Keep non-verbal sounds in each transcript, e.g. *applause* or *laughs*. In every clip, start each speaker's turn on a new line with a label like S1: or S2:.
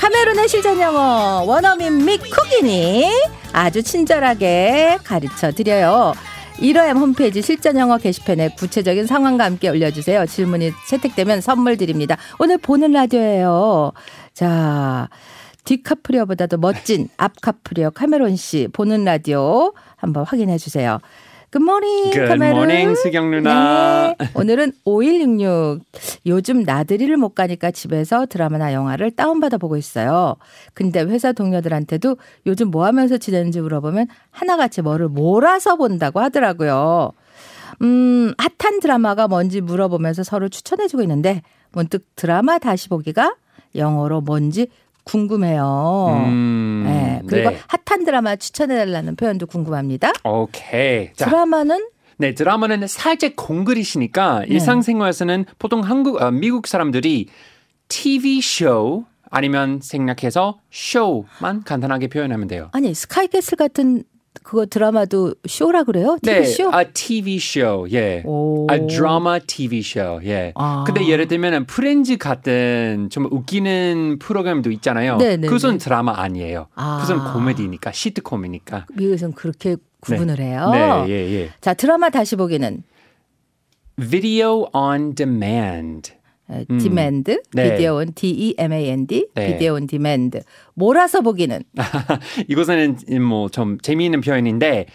S1: 카메룬의 실전 영어 원어민 믹쿡이니 아주 친절하게 가르쳐 드려요. 이러엠 홈페이지 실전 영어 게시판에 구체적인 상황과 함께 올려주세요. 질문이 채택되면 선물 드립니다. 오늘 보는 라디오예요. 자, 디카프리오보다도 멋진 앞카프리오 카메론 씨 보는 라디오 한번 확인해 주세요. 굿모닝
S2: Good
S1: 카메론.
S2: morning, 수경 누나.
S1: 네. 오늘은 5166. 요즘 나들이를 못 가니까 집에서 드라마나 영화를 다운받아 보고 있어요. 근데 회사 동료들한테도 요즘 뭐 하면서 지내는지 물어보면 하나같이 뭐를 몰아서 본다고 하더라고요. 음, 핫한 드라마가 뭔지 물어보면서 서로 추천해주고 있는데 문득 드라마 다시 보기가 영어로 뭔지 궁금해요.
S2: 음,
S1: 네. 그리고
S2: 네.
S1: 핫한 드라마 추천해달라는 표현도 궁금합니다.
S2: 오케이. 자,
S1: 드라마는
S2: 네 드라마는 살짝
S1: 네.
S2: 공글이시니까 일상생활에서는 보통 한국 아, 미국 사람들이 TV 쇼 아니면 생략해서 쇼만 간단하게 표현하면 돼요.
S1: 아니 스카이캐슬 같은 그거 드라마도 쇼라 그래요? TV
S2: 네,
S1: 쇼?
S2: a TV show, 예,
S1: 오.
S2: a drama TV show, 예.
S1: 아.
S2: 근데 예를 들면 프렌즈 같은 좀 웃기는 프로그램도 있잖아요.
S1: 네, 네,
S2: 그것은 드라마 아니에요.
S1: 아.
S2: 그것은 코미디니까 시트콤이니까.
S1: 미국에서는 그렇게 구분을 해요.
S2: 네, 예, 예.
S1: 자 드라마 다시 보기는
S2: Video on demand. *laughs*
S1: 에, 디맨드,
S2: 음. 네.
S1: 비디오 온 E D-E-M-A-N-D,
S2: 네. 음.
S1: 비디오 온 디맨드. 몰아서 보기는
S2: 이것은 뭐 좀 재미있는 표현인데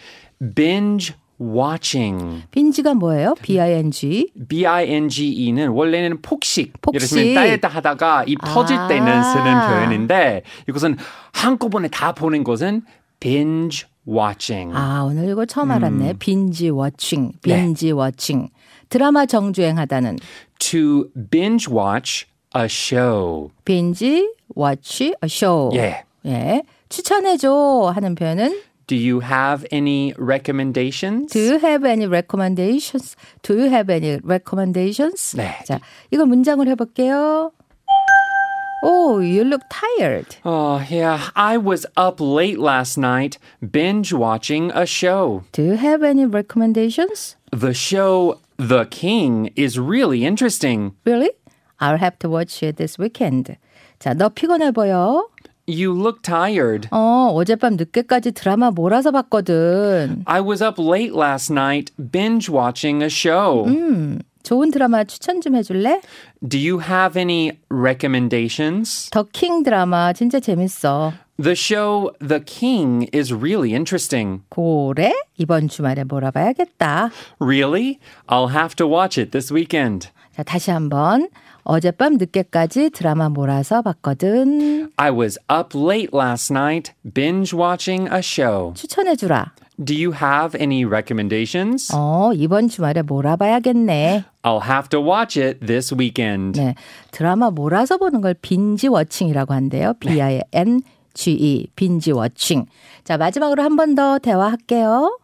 S2: binge watching.
S1: 빈지가 뭐예요? B-I-N-G.
S2: B-I-N-G-E는 원래는 폭식. 예를 들면
S1: 폭식.
S2: 따였다 하다가 입 터질
S1: 아.
S2: 때는 쓰는 표현인데 이것은 한꺼번에 다 보는 것은 binge watching.
S1: 아 오늘 이거 처음 알았네. 빈지 워칭,
S2: 네.
S1: 빈지 워칭. 드라마 정주행하다는
S2: To binge watch a show.
S1: 빈지 워치 a show.
S2: 예.
S1: 예. 추천해줘 하는 표현은
S2: Do you have any recommendations?
S1: Do you have any recommendations? Do you have any recommendations?
S2: 네.
S1: 자, 이거 문장을 해볼게요. Oh, you look tired.
S2: Oh, yeah. I was up late last night binge watching a show.
S1: Do you have any recommendations?
S2: The show The King is really interesting.
S1: Really? I'll have to watch it this weekend. 자, 너 피곤해 보여.
S2: You look tired.
S1: 어, 어젯밤 늦게까지 드라마 몰아서 봤거든.
S2: I was up late last night binge watching a show.
S1: 좋은 드라마 추천 좀 해줄래?
S2: Do you have any recommendations?
S1: 더킹 드라마 진짜 재밌어.
S2: The show The King is really interesting.
S1: 고래? 이번 주말에 몰아봐야겠다.
S2: Really? I'll have to watch it this weekend.
S1: 자, 다시 한번. 어젯밤 늦게까지 드라마 몰아서 봤거든.
S2: I was up late last night binge watching a show.
S1: 추천해주라.
S2: Do you have any recommendations?
S1: 어, 이번 주말에 몰아봐야겠네.
S2: I'll have to watch it this weekend.
S1: 네. 드라마 몰아서 보는 걸 빈지 워칭이라고 한대요. B-I-N-G-E. E, 빈지 워칭. 자, 마지막으로 한 번 더 대화할게요.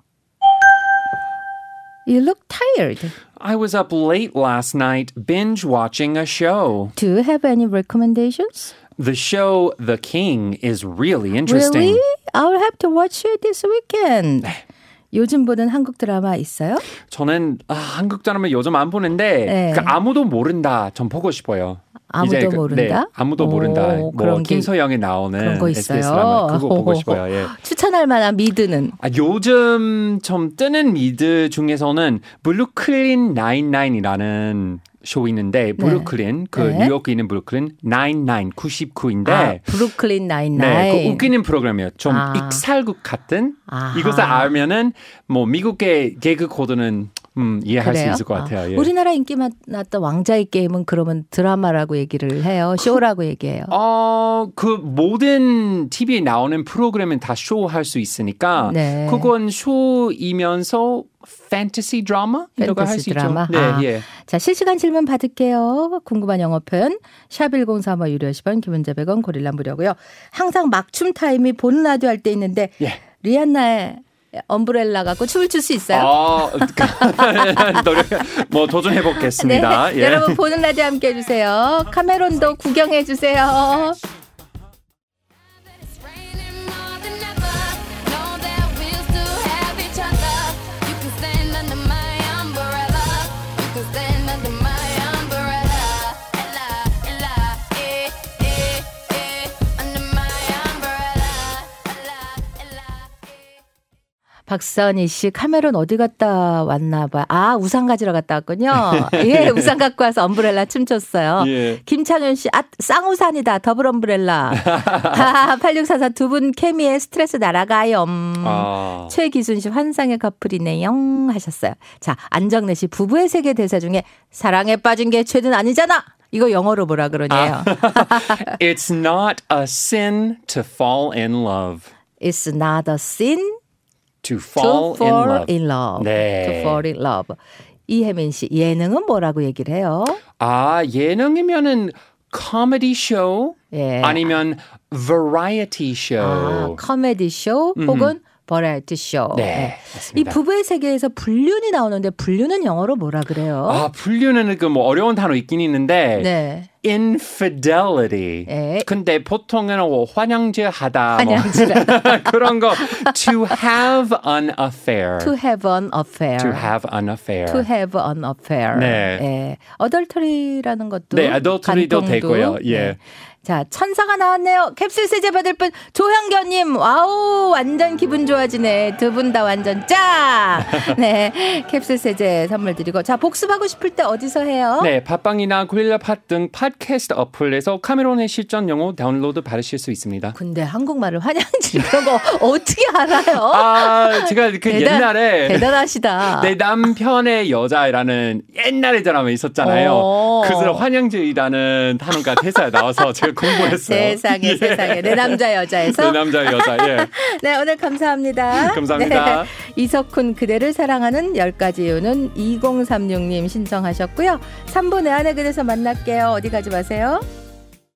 S1: You look tired.
S2: I was up late last night binge watching a show.
S1: Do you have any recommendations?
S2: The show The King is really interesting.
S1: Really? I'll have to watch it this weekend. 요즘 보는 한국 드라마 있어요?
S2: 저는 아, 한국 드라마 요즘 안 보는데
S1: 네.
S2: 그 아무도 모른다 전 보고 싶어요.
S1: 아무도
S2: 이제
S1: 모른다?
S2: 네, 아무도
S1: 오,
S2: 모른다. 뭐
S1: 그런 게-
S2: 김서영이 나오는
S1: 그런 거
S2: SBS
S1: 있어요.
S2: 드라마
S1: *laughs*
S2: 그거 보고 싶어요. 예.
S1: 추천할 만한 미드는
S2: 아, 요즘 좀 뜨는 미드 중에서는 브루클린 99이라는 쇼 있는데 브루클린 그
S1: 네.
S2: 뉴욕에 있는 브루클린 99 99인데
S1: 아, 브루클린 나인나인.
S2: 네, 그 웃기는 프로그램이에요. 좀
S1: 아.
S2: 익살국 같은
S1: 아하.
S2: 이것을 알면은 뭐 미국의 개그 코드는 음, 이해할 수
S1: 그래요?
S2: 있을 것 같아요.
S1: 아,
S2: 예.
S1: 우리나라 인기 많았던 왕자의 게임은 그러면 드라마라고 얘기를 해요.
S2: 그-
S1: 쇼라고 얘기해요.
S2: 어, 그 모든 TV에 나오는 프로그램은 다 쇼 할 수 있으니까
S1: 네.
S2: 아, 그건 쇼이면서 팬티시 드라마 이라고 할 수
S1: 팬티시 드라마.
S2: 있죠. 네,
S1: 아.
S2: 예.
S1: 자, 실시간 질문 받을게요. 궁금한 영어 표현 샵1035 유료 10원 기본자 100원 고릴라 무료고요. 항상 막춤 타임이 보는 라디오 할 때 있는데
S2: 예.
S1: 리안나의 엄브렐라 갖고 춤을 출 수 있어요?
S2: 아, *laughs* 노력 뭐 도전해 보겠습니다. 예.
S1: 네, 여러분 보는 라디오 함께 해주세요. 카메론도 구경해 주세요.
S3: It's raining more than ever. Know that we'll still have each other. You can stand under my umbrella. You can stand under my umbrella. Ella, ella, eh, eh, eh, eh.
S1: 박선희 씨 카메론 어디 갔다 왔나 봐요. 아 우산 가지러 갔다 왔군요. 예 우산 갖고 와서 엄브렐라 춤췄어요.
S2: 예.
S1: 김창현 씨, 아, 쌍우산이다. 더블 엄브렐라. *laughs* 아, 8644 두 분 케미에 스트레스 날아가요.
S2: 아.
S1: 최기순 씨, 환상의 커플이네요. 하셨어요. 자, 안정래 씨, 부부의 세계 대사 중에 사랑에 빠진 게 죄는 아니잖아. 이거 영어로 뭐라 그러네요.
S2: It's not a sin to fall in love.
S1: It's not a sin
S2: To
S1: to
S2: fall, in
S1: fall
S2: love.
S1: in love.
S2: 네.
S1: To fall in love. 이혜민 씨, 예능은 뭐라고 얘기를 해요?
S2: 아, 예능이면은 코미디 쇼
S1: 예.
S2: 아니면 variety
S1: 아,
S2: show.
S1: 코미디 쇼 혹은 버라이티 쇼.
S2: 네,
S1: 이
S2: 맞습니다.
S1: 부부의 세계에서 불륜이 나오는데 불륜은 영어로 뭐라 그래요?
S2: 아, 불륜은 그뭐 어려운 단어 있긴 있는데
S1: 네.
S2: infidelity.
S1: 예.
S2: 근데 보통은 뭐 환영제 하다 뭐
S1: 환영제라다.
S2: *laughs* 그런 거 to have an affair.
S1: To have an affair.
S2: To have an affair.
S1: To have an affair.
S2: 네.
S1: 예. adultery라는 것도
S2: 네,
S1: 간통도.
S2: adultery도
S1: 네.
S2: 되고요. 예.
S1: 자, 천사가 나왔네요. 캡슐 세제 받을 분 조향견 님. 와우, 완전 기분 좋아지네. 두 분 다 완전 짱. *laughs* 네. 캡슐 세제 선물 드리고 자, 복습하고 싶을 때 어디서 해요?
S2: 네, 팟빵이나 고릴라 팟등 팟캐스트 어플에서 카메론의 실전 영어 다운로드 받으실 수 있습니다.
S1: 근데 한국말을 환영지 이런 거 *laughs* 어떻게 알아요?
S2: 아, 제가 그
S1: 대단-
S2: 옛날에 네,
S1: 대단하시다.
S2: 내 남편의 여자라는 옛날에 드라마
S1: 오.
S2: 있었잖아요.
S1: 어.
S2: 그래서 환영제이라는 단어가 대사에 나와서 제가
S1: *laughs*
S2: 공부했어요.
S1: 세상에
S2: *laughs* 예.
S1: 세상에 내 남자 여자에서
S2: 내 남자 여자. 예.
S1: *laughs* 네 오늘 감사합니다.
S2: *laughs* 감사합니다.
S1: 네, 이석훈 그대를 사랑하는 10가지 이유는 2036님 신청하셨고요. 3분 내 안에 그래서 만날게요. 어디 가지 마세요.